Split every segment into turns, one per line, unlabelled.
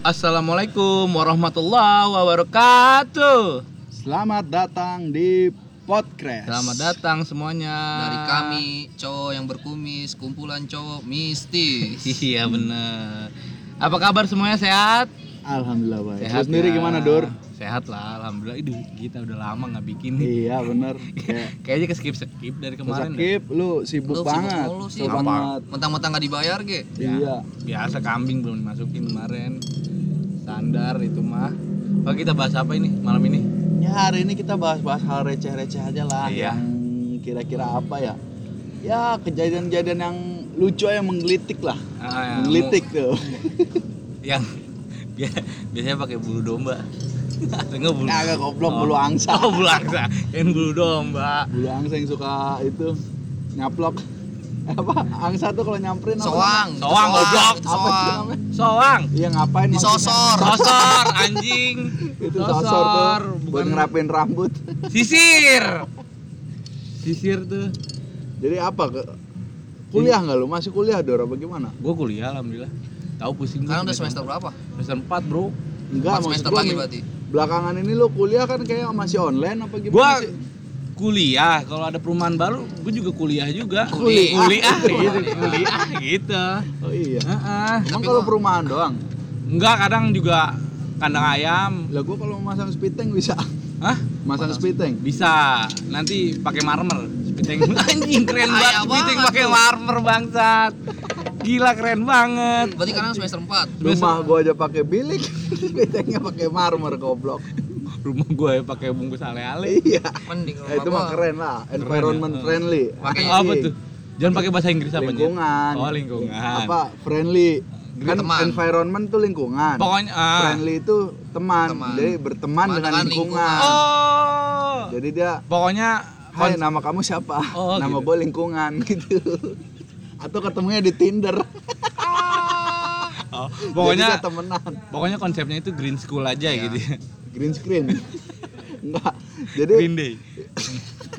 Assalamualaikum warahmatullahi wabarakatuh.
Selamat datang di podcast.
Selamat datang semuanya.
dari kami cowok yang berkumis kumpulan cowok mistis
Iya bener. Apa kabar semuanya sehat?
Alhamdulillah baik. Lu
Sehat
sendiri
ya.
gimana, Dur?
Sehat lah, alhamdulillah. Iduh, kita udah lama nggak bikin. nih.
iya, bener Kayak
Kayaknya ke skip skip dari kemarin. ya? dah.
sakit, lu sibuk
Lu sibuk
banget.
mulu sih.
Sibuk
Apa?
banget.
mentang-mentang gak dibayar ge
Iya.
Ya, Biasa kambing belum dimasukin kemarin. Standar itu mah. Pak kita bahas apa ini malam ini?
Ya hari ini kita bahas-bahas hal receh-receh aja lah.
Iya.
Yang kira-kira apa ya? Ya kejadian-kejadian yang lucu yang menggelitik lah.
Ah, ya,
menggelitik tuh.
mu- Yang bia- biasanya pakai bulu domba. Atau nggak bulu?
Kagak goblok
Oh.
bulu angsa.
Oh bulu angsa, yang bulu domba.
Bulu angsa yang suka itu nyaplok. Eh, apa? Angsa tuh kalau nyamperin apa
soang
namanya?
itu
Soang, goblok.
itu
Apa sih
soang
namanya?
Soang.
Iya ngapain maksudnya?
disosor
Sosor anjing.
itu sosor tuh buat
bukan
ngerapin rambut
sisir. Sisir tuh.
jadi apa ke kuliah nggak lu masih kuliah dor apa gimana
Gue kuliah alhamdulillah. Tahu pusing gua
sekarang udah
sampai
semester berapa
jam- Semester 4, Bro.
enggak
empat
maksud
semester
gua
lagi
nih,
berarti
belakangan ini lu kuliah kan kayak masih online apa
Iya,
gimana
Gua
sih?
kuliah, kalau ada perumahan baru gue juga kuliah juga.
Kuliah.
Kuliah gitu, kuliah gitu.
oh iya
Heeh.
emang
Tapi
kalau
gua-
perumahan doang
Enggak, kadang juga kandang ayam.
lah gua kalau masang spiteng bisa
Hah?
masang spiteng
Bisa. Nanti pakai marmer. Spiteng anjing keren banget.
Kaya
Spiteng
banget
pakai
tuh.
marmer bangsat. Gila keren banget.
berarti sekarang semester 4
rumah gua aja pakai bilik spitengnya pakai marmer goblok
Rumah gue pakai bungkus ale-ale.
iya
mending
Eh, itu mah
gua.
keren lah environment
ya.
friendly
Pakai
Asik.
apa tuh? Jangan pakai bahasa Inggris apa Jen?
lingkungan
Oh, lingkungan.
apa friendly kan
Teman.
environment tuh lingkungan
Pokoknya ah.
friendly itu teman.
Teman.
jadi berteman
Teman
dengan
dengan
lingkungan,
Oh.
jadi dia
Pokoknya
Hai nah. nama kamu siapa
Oh,
nama
gitu.
gue lingkungan gitu atau ketemunya di Tinder
oh,
Jadi Iya.
pokoknya
dia temenan
pokoknya konsepnya itu green school aja gitu ya.
green screen enggak jadi
Green day.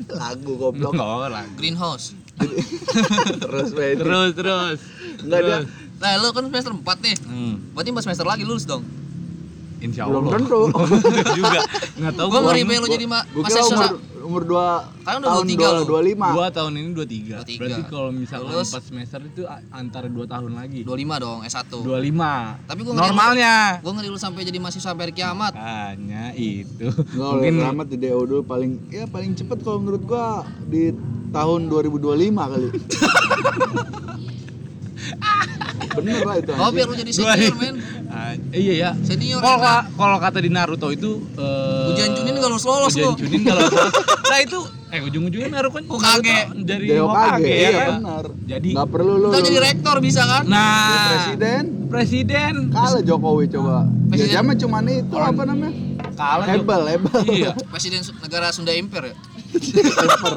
lagu goblok
Oh, lagu.
greenhouse
terus Fedi.
Terus terus.
Enggak, dia
Terus.
nah lu kan semester 4 nih
Hmm,
berarti 4 semester lagi lulus dong
insya Allah.
belum tentu
Enggak juga. Enggak tahu
gua
gua.
ngeri lu
Gua-
jadi ma-
gua
masa
kira umur
susah
umur dua
Kan udah
tahun
23 lu.
dua lima
Gua tahun ini 23.
23.
Berarti kalau misalkan
Terus?
4 semester itu a- antara 2 tahun lagi.
25 dong S1
25.
tapi gua ngeri
Normalnya.
gua ngeri lu sampai jadi mahasiswa sampai hari kiamat
Hanya itu.
Nggak,
Mungkin
oleh Rahmat di DO dulu paling ya paling cepet kalau menurut gua di tahun 2025 kali. Bener lah itu.
oh
anjing.
biar lu jadi
Dua-
senior men
Ah, iya ya.
senior
Kalau
enak.
kalau kata di Naruto itu eh,
Ujian Chunin nggak lulus-lulus
Ujian
lu.
Chunin nggak lulus. Nah itu eh ujung-ujungnya Naruto kan
Hokage.
Naruto dari
DO
Hokage
iya
ya kan.
bener.
Jadi
nggak perlu lu.
Ntar
lu-
jadi rektor bisa kan
nah
jadi presiden
presiden
kalah Jokowi coba. Ya
Presiden-
dia mah cuman itu
Orang-
apa namanya?
Ah, kalah tuh.
Hebel, hebel.
Iya.
presiden Su- negara Sunda Empire ya
Temper.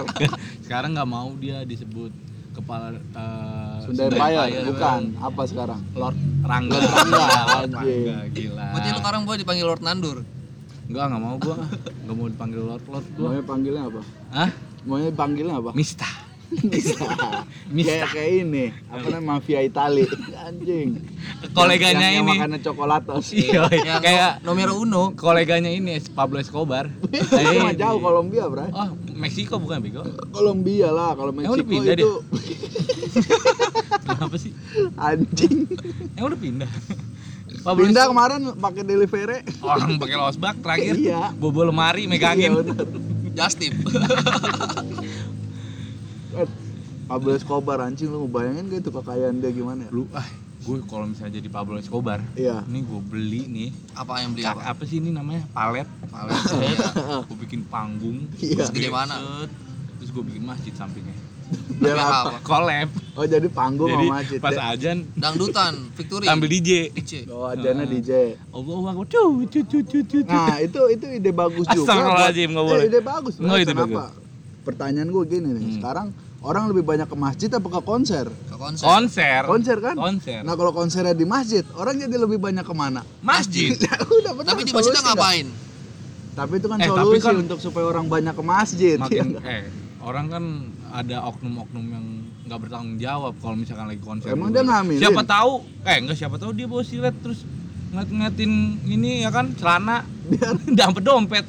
Sekarang nggak mau dia disebut kepala eh,
Sunda Empire
Empire.
bukan apa sekarang?
Lord Rangga.
Lord Rangga,
Lord
anjing.
Rangga, gila.
berarti lu sekarang boleh dipanggil Lord Nandur
Enggak, enggak mau gua. Enggak mau dipanggil Lord Lord gua.
Maunya panggilnya apa?
Hah?
Maunya panggilnya apa?
Mista.
Kayak kayak ini, apa namanya mafia Itali. Anjing.
Koleganya
yang, yang
ini.
makannya coklatos.
Iya,
yang
kayak
nomor uno
koleganya ini Pablo Escobar. Iya.
itu mah jauh Kolombia, Bray.
Oh, Meksiko bukan bego.
Kolombia lah, kalau
Emang
Meksiko
udah pindah
itu
Kenapa sih?
anjing.
Emang udah pindah.
Pindah
Escobar.
kemarin pakai delivery.
Orang pakai losbak terakhir.
Iya.
Bobo lemari
Iya,
megangin.
bener.
Justip
Eh, Pablo Escobar anjing lu bayangin gak itu kekayaan dia gimana ya?
Lu ah, gue kalau misalnya jadi Pablo Escobar,
Iya.
ini gue beli nih.
apa yang beli
Kak,
apa
apa sih ini namanya? Palet.
Palet iya.
Gue bikin panggung.
Iya.
terus
Segede
gue
mana?
set, Terus gue bikin masjid sampingnya.
Biar
Biar
apa?
apa?
Collab.
Oh, jadi panggung
Jadi
sama masjid.
pas
ya?
ajan
dangdutan Victory
sambil DJ.
DJ
Oh,
Ah.
adanya DJ.
Allah aku tuh cu cu cu cu. cu.
Nah, itu itu ide bagus juga.
Astagfirullahaladzim,
buat-
nggak boleh.
Eh, ide bagus. Bray.
Nggak, ide
Kenapa?
bagus.
Pertanyaan gue gini nih,
Hmm.
sekarang orang lebih banyak ke masjid apa ke konser?
ke konser
Konser.
Konser kan?
Konser.
Nah kalau konsernya di masjid, orang jadi lebih banyak kemana?
Masjid.
Ya udah bener,
tapi di
solusi
masjidnya
dah.
ngapain
Tapi itu kan
Eh, tapi
solusi
kan-
untuk supaya orang banyak ke masjid. ya
Makin
nggak?
eh orang kan ada oknum-oknum yang nggak bertanggung jawab kalau misalkan lagi konser.
Emang
juga.
dia ngambilin?
Siapa tahu? Eh enggak siapa tahu dia bawa silet terus ngeliat-ngeliatin ini ya kan celana
Iya.
dampet dompet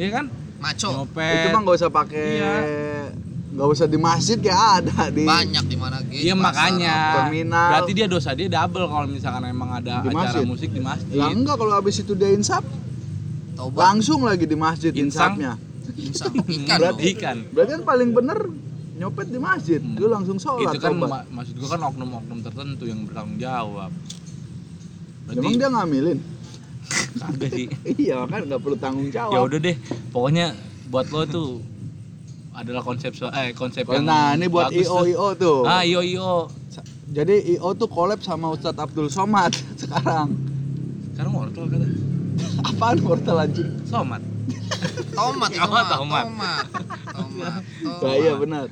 ya kan
itu
maco Eh,
dompet
Iya. mah nggak usah pakai
Iya.
nggak usah di masjid ya ada di
banyak di mana gitu
Iya makanya.
terminal.
Berarti dia dosa dia double kalau misalkan emang ada
Di
acara
masjid.
musik di masjid.
ya enggak kalau habis itu dia insap
tobat
langsung lagi di masjid
Insang.
insapnya
insang ikan dong
Berarti kan.
berarti kan paling bener nyopet di masjid
Hmm.
lu langsung
Itu
sholat
kan
tobat.
ma- maksud gua kan oknum-oknum tertentu yang bertanggung jawab.
emang
Berarti
dia ngambilin
kagak sih.
iya kan nggak perlu tanggung jawab
Ya udah deh, pokoknya buat lo tuh adalah konsep so- eh konsep yang
nah ini buat
bagus
io
tuh.
io tuh
Ah, io io.
Sa- jadi io tuh collab sama Ustadz Abdul Somad sekarang
Sekarang wortel kata.
apaan wortel anjing
Somat.
tomat itu
Apa
mah
Oh, tomat?
tomat tomat
Nah,
tomat
iya benar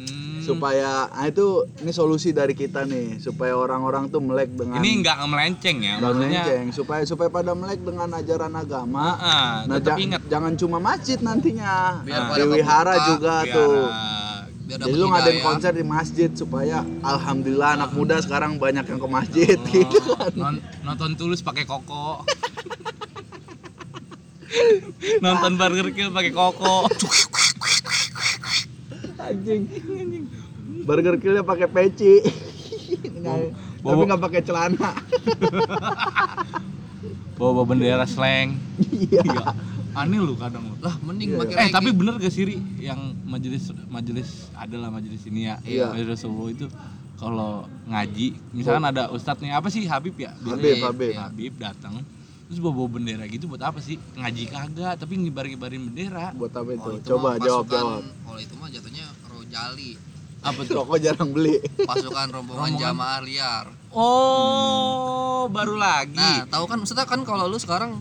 Hmm.
supaya nah itu ini solusi dari kita nih supaya orang-orang tuh melek dengan
ini nggak melenceng ya,
dan
maksudnya.
melenceng supaya supaya pada melek dengan ajaran agama
Ah,
nah
tetap
ja-
ingat.
jangan cuma masjid nantinya
Biar
Nah,
pada
di wihara
kebuka,
juga
biar,
tuh
ah,
biar
jadi
dapat
lu ngadain
hidayah.
konser di masjid supaya alhamdulillah anak muda sekarang banyak yang ke masjid
Ah.
gitu kan
Oh, Non- nonton tulus pakai koko. nonton Burger Kill pakai koko.
anjing burger killnya pakai peci Nggak- tapi
Bobo-
nggak pakai celana
Bawa bendera slang.
iya
Iya. Aneh lu kadang lu.
lah mending
Iya.
pakai
Eh
lagi.
tapi bener gak sih Ri yang majelis majelis adalah majelis ini ya
Iya.
majelis Solo itu kalau ngaji misalkan ada ustadz nih apa sih Habib ya
Oh. Habib
Biasanya
Habib
ya, Habib datang terus bawa bawa bendera gitu buat apa sih ngaji kagak tapi ngibar ngibarin bendera
buat apa itu
Kalau Oh, itu
gitu. coba
mah
jawab
pasukan-
jawab
kalau itu mah jatuhnya rojali
apa tuh
rokok jarang beli
pasukan rombongan
Rombongan.
jamaah liar
oh baru lagi
nah tahu kan maksudnya kan kalau lu sekarang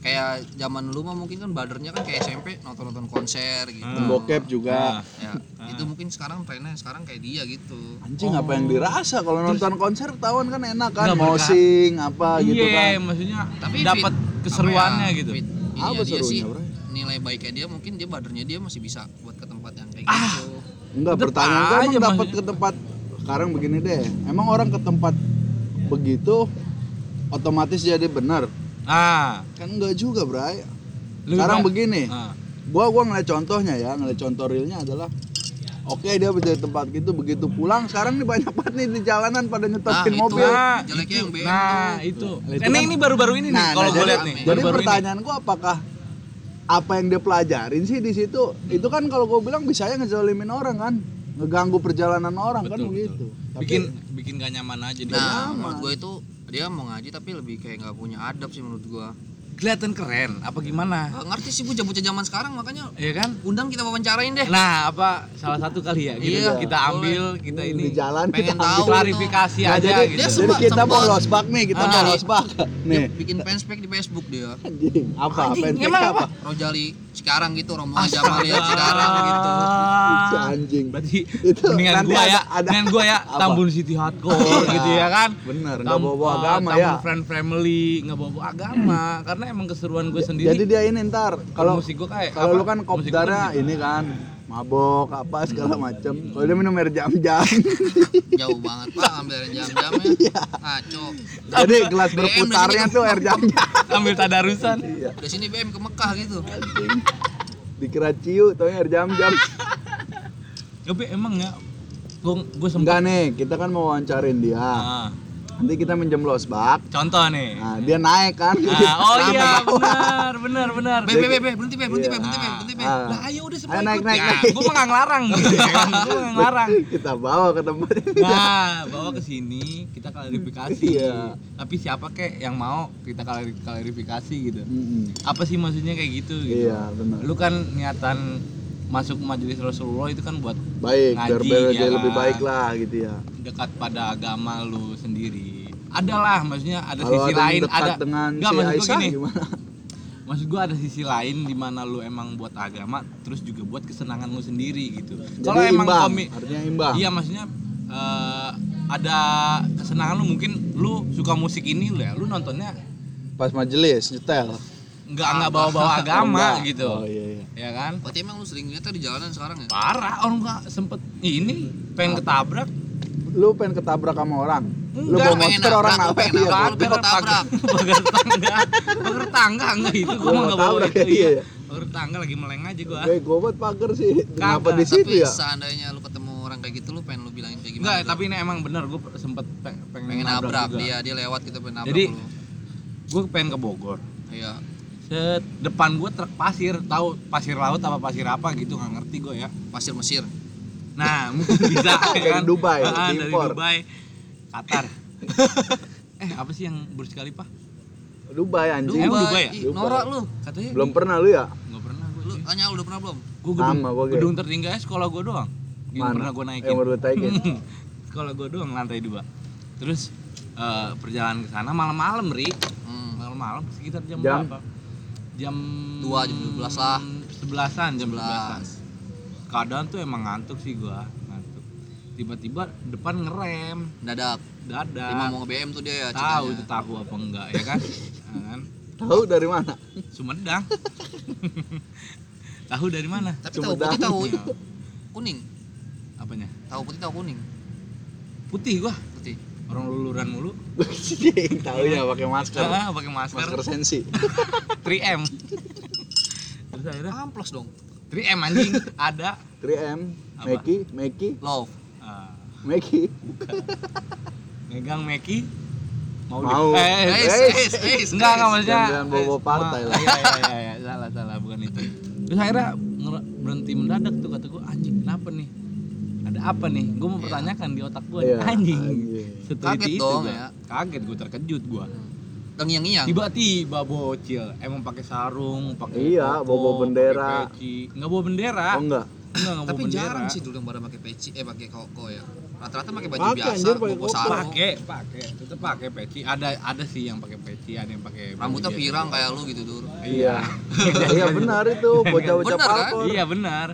kayak zaman lu mah mungkin kan badernya kan kayak SMP nonton-nonton konser gitu
Hmm.
bokep juga
Nah,
ya itu mungkin sekarang trennya sekarang kayak dia gitu
Anjing
Oh.
apa yang dirasa kalau nonton konser ketahuan kan enak kan
Nggak
mosing apa gitu kan.
Iya, maksudnya
tapi
dapat
fit- apa
keseruannya
ya,
gitu.
fit- ini
Apa
ya dia
serunya,
sih
Bro?
nilai baiknya dia mungkin dia badernya dia masih bisa buat ke tempat yang
Ah,
kayak gitu
Enggak
Tetep
pertanyaan
aja
kan emang dapat
maksudnya.
ke tempat sekarang begini deh. Emang orang ke tempat begitu otomatis jadi benar.
Ah,
Kan enggak juga, Bray.
lu
sekarang
gimana?
begini.
Ah,
Gua gua ngeliat contohnya ya, ngeliat contoh realnya adalah Oke dia bisa di tempat gitu begitu pulang sekarang nih banyak banget nih di jalanan pada nyetopin
Nah, itu.
mobil.
Nah,
Jeleknya yang
itu.
BM
Nah,
tuh.
itu.
Nah, itu
Ini
kan-
ini baru-baru ini nih kalau gue
nah, jadi-
lihat nih.
Jadi
baru-baru ini.
pertanyaan gua apakah apa yang dia pelajarin sih di situ? Itu kan kalau gue bilang bisa ya ngezolimin orang kan, ngeganggu perjalanan orang kan
Betul,
begitu. Tapi- Nah,
Bikin bikin gak nyaman aja di
nah
nyaman.
menurut gue itu dia mau ngaji tapi lebih kayak nggak punya adab sih menurut gue
Kelihatan keren apa gimana?
Oh.
nggak ngerti sih bocah-bocah zaman sekarang makanya
Iya kan?
undang kita wawancarain
Eh.
deh
Nah, apa salah satu kali ya gitu
Iya,
kita
boleh.
ambil kita
Di
ini
jalan
pengen
kita
tahu.
klarifikasi
Nah,
aja gitu.
jadi, jadi
Dia
kita
sebel-
mau
sebel.
losbak nih, kita mau
Ah.
losbak. Nih,
Dia bikin fanspage di Facebook dia
anjing, apa?
Anjing,
Fanspage
emang
apa?
Rojali sekarang gitu rombongan jamaah liar sekarang gitu
Si anjing.
Berarti
Itu
mendingan
nanti
gua ya,
ada- ada-
mendingan gua ya
Apa? Iya.
Tambun City Hardcore gitu ya kan.
Bener, nggak
Tam-
bawa-bawa
eh,
agama
Tambun
ya.
Friend Family, nggak bawa agama karena emang keseruan gue sendiri.
Jadi dia ini ntar kalau
musik gua kayak apa?
kalau lu kan
Musik gua
kopdarnya
gitu. Hmm.
ini kan mabok apa segala macem kalau dia minum air jam-jam
jauh banget pak ambil jam-jamnya
Iya.
ngaco
jadi gelas
BM
berputarnya
di sini.
tuh air jam-jam
ambil tadarusan.
dari sini BM ke Mekah gitu
Iya. dikira ciu taunya air jam-jam
Ah, Tapi emang ya gua gua sempat
enggak nih kita kan mau wawancarin dia
Ah,
nanti kita minjem losbak
contoh nih.
nah dia naik kan
Ah, oh
Sampai
iya
bawah.
benar benar benar.
Be, be, be, be, berhenti be, berhenti
Iya.
be, berhenti be, berhenti be.
Ah.
Lah ayo udah
Ayo,
semua
naik,
ikut.
naik,
Nah,
Ya,
naik.
gua mah nggak ngelarang. gitu ya kan, gua nggak ngelarang.
kita bawa ke tempat
Nah, bawa ke sini kita klarifikasi.
Iya.
Tapi siapa kek yang mau kita klari- klarifikasi gitu.
Mm-mm.
Apa sih maksudnya kayak gitu gitu.
iya benar
Lu kan niatan masuk majelis Rasulullah itu kan buat
baik biar
Ngaji,
biar
ya
dia
kan.
lebih baik lah gitu ya
dekat pada agama lu sendiri. Adalah maksudnya ada
kalau
sisi
ada yang
lain
dekat
ada
dengan
Nggak,
si
maksud gua
Aisyah
gini.
gimana
maksud gua ada sisi lain di mana lu emang buat agama terus juga buat kesenangan lu sendiri gitu. Kalau
Jadi
emang
imbang,
komi-
artinya imbang
Iya maksudnya eh, ada kesenangan lu mungkin lu suka musik ini lu ya lu nontonnya
pas majelis nyetel
nggak nggak bawa-bawa agama
Oh, Enggak.
gitu
oh iya iya
ya kan
Berarti emang lu sering lihat di jalanan sekarang ya?
parah orang nggak sempet ini pengen ketabrak
lu pengen ketabrak sama orang Lu bawa monster orang
nabrak,
apa?
pengen
Iya,
nabrak,
gua
pengen tabrak.
Pagar tangga, pagar tangga enggak itu gua mah enggak bawa
Tabrak,
itu.
iya, iya.
Pagar tangga lagi meleng aja gua.
Gue gobat pagar sih. Kenapa
Kagak,
di situ
Tapi
ya?
seandainya lu ketemu orang kayak gitu lu pengen lu bilangin kayak gimana?
Enggak,
gitu?
tapi ini emang bener gua sempet pe- pengen,
pengen nabrak
iya.
juga.
dia, dia lewat gitu pengen nabrak
Jadi-
lu.
Gua pengen ke Bogor.
Iya.
Set, depan gua truk pasir, tahu pasir laut apa pasir apa gitu nggak ngerti gua ya.
Pasir Mesir.
Nah, mungkin bisa ya
Dari
kan?
Dubai,
Ah, dari
impor.
Dubai, Qatar. eh, apa sih yang Burj Khalifa?
Dubai
Anjing.
anjing.
Emang Dubai ya?
Ih,
Dubai.
Norak lu.
Katanya
Belum pernah lu ya?
nggak pernah gua.
Lu
cuy.
tanya lu udah pernah belum?
Gua gedung,
Sama gua, Ge.
gedung tertinggi aja sekolah gua doang. Yang
Mana?
pernah gua naikin.
Yang baru lu taikin.
sekolah gua doang lantai dua. Terus eh, perjalanan ke sana malam-malam, Ri.
Hmm.
Malam-malam sekitar jam,
Jam?
berapa? Jam
Dua, jam 12 lah.
11-an, jam
11.
11-an. Keadaan tuh emang ngantuk sih gua, ngantuk. Tiba-tiba depan ngerem,
Dadak.
dadah.
Lima mau nge-BM tuh dia ya
tahu itu
ceritanya.
tahu apa enggak ya kan Ya kan?
Tahu dari mana?
Sumedang tahu dari mana
Tapi
Cuma
tahu putih
dadak.
tahu
Iya.
kuning.
apanya
Tahu putih tahu kuning.
putih gua
Putih.
orang luluran mulu
Tahu ya pakai masker.
ah pakai masker
Masker sensi.
3M terus akhirnya
Amplos dong.
3M anjing ada
3M,
Apa?
Meki, Meki,
Love.
Ah,
Meki.
megang Meki mau, di-
Mau.
eh,
Eh,
eh,
eh,
eh, eh,
enggak enggak maksudnya
Jangan bawa-bawa partai
Ma-
lah.
iya iya iya, iya salah salah bukan itu terus akhirnya nger- berhenti mendadak tuh kata gue anjing kenapa nih ada apa nih gue mau
Iya.
pertanyakan di otak gue
Iya,
anjing
anjing.
seteliti
Kaget
itu
dong
gua.
ya. Iya.
kaget gue terkejut gue
Dan yang yang.
tiba-tiba bocil emang pakai sarung pakai
Iya,
popok,
bawa
pakai
bendera.
peci. nggak bawa bendera
Oh enggak.
Enggak, nggak bawa
Tapi
bendera
jarang sih dulu yang pada pakai peci eh pakai koko ya. Rata-rata pakai baju
Pakai,
biasa,
anjir, pakai
bobo
koko.
sarung.
pakai pakai tetap pakai peci ada ada sih yang pakai peci ada yang pakai baju
Rambutnya
biasa.
pirang kayak lu gitu, Dur.
iya
Iya benar itu bocah-bocah
Benar, kan?
palkor.
iya benar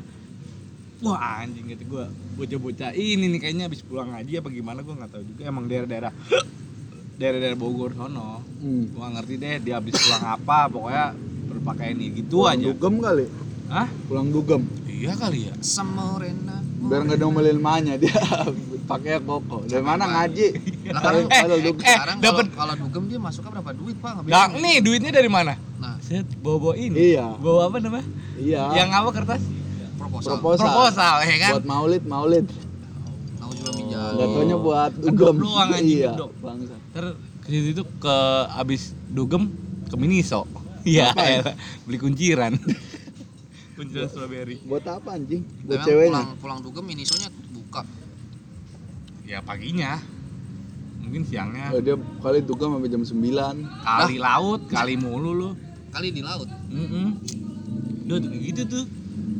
wah anjing kata gue bocah-bocah ini nih kayaknya habis pulang ngaji apa gimana gue nggak tahu juga emang daerah-daerah daerah-daerah Bogor sono
Hmm.
gua nggak ngerti deh dia habis pulang apa pokoknya berpakaian ini gitu
Pulang
aja
Dugem kali.
Hah?
Pulang dugem.
Iya kali ya.
Semorena.
Biar nggak diomelin emaknya dia pakai koko. Dari mana ngaji?
Lah,
Kalau-
eh,
kalau dugem.
Sekarang kalau
dapet-
kalau dugem dia masuknya berapa duit, Pak? Nggak
Gak,
bingung.
nih duitnya dari mana?
Nah,
Set, bawa ini.
Iya.
Bawa apa namanya?
Iya.
Yang apa kertas?
proposal.
proposal.
Proposal ya kan?
Buat maulid, maulid.
Tahu juga minjal.
Enggak taunya buat
Kedok
dugem.
doang, anjing,
Iya.
kedok.
Bangsa.
Ter ke situ ke abis dugem ke Miniso. Iya, elah. beli kunciran. kunciran strawberry.
Buat apa anjing? Buat
Emang
ceweknya.
pulang pulang dugem minisonya buka.
Ya paginya. Mungkin siangnya
Oh, dia kali dugem sampai jam 9.
kali laut, kali mulu lu.
Kali di laut.
Mm Udah tuh, gitu tuh.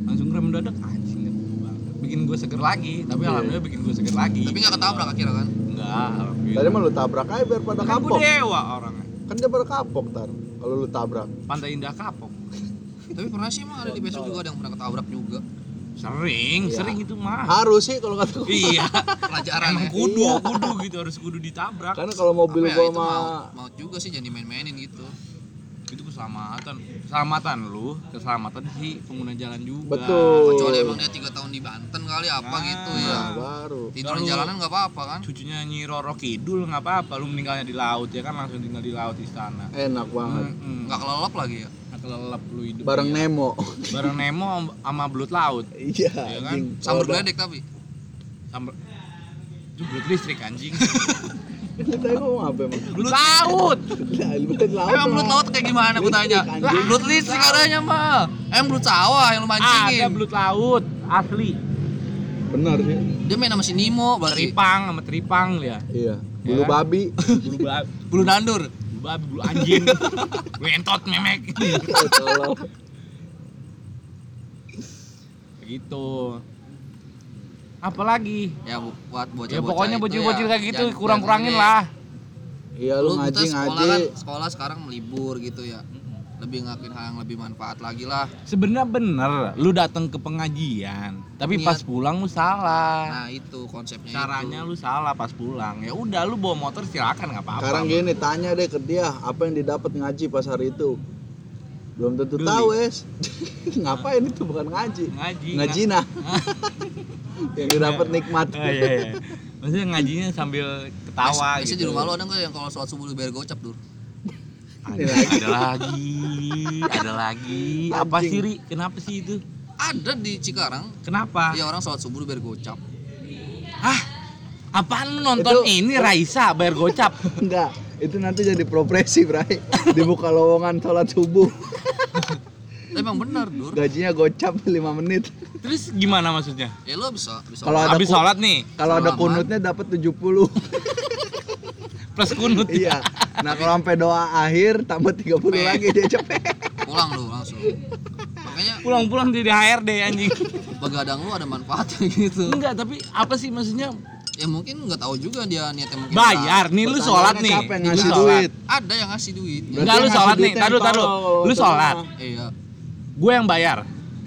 Langsung rem mendadak anjing ngebu banget. Bikin gue seger lagi, tapi
Iya.
alhamdulillah bikin gue seger lagi.
Tapi nggak ketabrak akhirnya kan?
Enggak, alhamdulillah.
Tadi mah lu tabrak aja biar pada
Kan gua
kapok.
dewa orangnya.
Kan dia pada kapok tar. Kalau lu tabrak.
Pantai Indah Kapok.
Tapi pernah sih emang ada di Facebook juga ada yang pernah ketabrak juga.
Sering,
Iya.
sering itu mah.
Harus sih kalau kata gua.
iya.
Pelajaran
Emang
ya.
kudu,
Iya.
kudu gitu harus kudu ditabrak.
Karena kalau mobil
Apa ya,
gua
itu
sama
maut, maut juga sih jangan dimain-mainin gitu.
Itu keselamatan. Keselamatan lu, keselamatan si pengguna jalan juga.
Betul.
Kecuali emang dia 3 tahun di Banten kali apa
Nah.
gitu ya.
nah, baru.
Tiduran jalanan nggak apa-apa kan?
Cucunya Nyi Roro Kidul nggak apa-apa, lu meninggalnya di laut ya kan langsung tinggal di laut istana.
Enak banget.
Mm-mm.
Nggak kelelep lagi ya.
Nggak kelelep lu hidup.
Bareng Nemo.
bareng Nemo sama belut laut
Iya,
Iya kan?
anjing.
Sambar
Kalau-
geledek tapi.
sama itu belut listrik anjing
Lu tadi ngomong apa emang?
belut laut
Lah, lu belut laut.
Emang belut
Bang.
Eh, laut kayak gimana gue
Listrik,
tanya?
anjing.
Lah, Belut listrik adanya mah. Emang belut sawah yang lu
ada
mancingin.
belut laut asli
Benar sih.
Dia main sama si Nemo berarti.
teripang sama teripang ya
Iya. Bulu
Ya.
babi.
bulu babi
Bulu nandur.
bulu babi bulu anjing bulu entot memek
Eh, tolong.
gitu apalagi
Ya bu- buat bocah-bocah.
ya pokoknya
itu
bocil-bocil
ya,
kayak gitu
jangan-
kurang-kurangin
jangan ini.
lah
Iya lu
kita
ngaji
sekolah
ngaji.
kan sekolah sekarang melibur gitu ya lebih ngakuin hal yang lebih manfaat lagi lah
sebenarnya bener lu datang ke pengajian tapi
Niat.
pas pulang lu salah
nah itu konsepnya
caranya
itu.
lu salah pas pulang ya udah lu bawa motor silakan nggak apa-apa
Sekarang gini tanya deh ke dia apa yang didapat ngaji pas hari itu. Belum tentu
Duli.
tahu, es. Ngapain itu bukan ngaji.
ngaji
Ngaji nah. yang didapat nikmat.
Ah, iya, iya. maksudnya ngajinya sambil ketawa
Mes- mesnya
gitu
di rumah lu ada nggak yang kalau sholat subuh lu bayar gocap dur
ada, ada lagi ada lagi apa sih ri kenapa sih itu
ada di Cikarang
kenapa
ya orang sholat subuh lu bayar gocap
ah apaan lu nonton ini Raisa bayar gocap
Enggak, itu nanti jadi profesi, Bray. Dibuka lowongan sholat subuh,
emang benar dur
gajinya gocap 5 menit.
terus gimana maksudnya
ya lu bisa bisa
Kalau ada
habis
ku-
sholat nih
Kalau ada
Salaman.
kunutnya dapat 70.
plus kunut
iya. Nah, kalau sampai doa akhir tambah 30 lagi dia capek.
pulang lu langsung makanya
pulang-pulang jadi HRD anjing
begadang lu ada manfaatnya gitu
enggak tapi apa sih maksudnya
ya mungkin nggak tahu juga dia niatnya mungkin
bayar nih lu sholat nih
Capek
Lu
ngasih
sholat.
duit.
ada yang ngasih duit
Berarti Enggak, lu
yang ngasih
sholat nih.
duitnya
Taruh,
yang
taruh.
tolol,
Lu
itu
sholat.
mah.
iya
gue yang bayar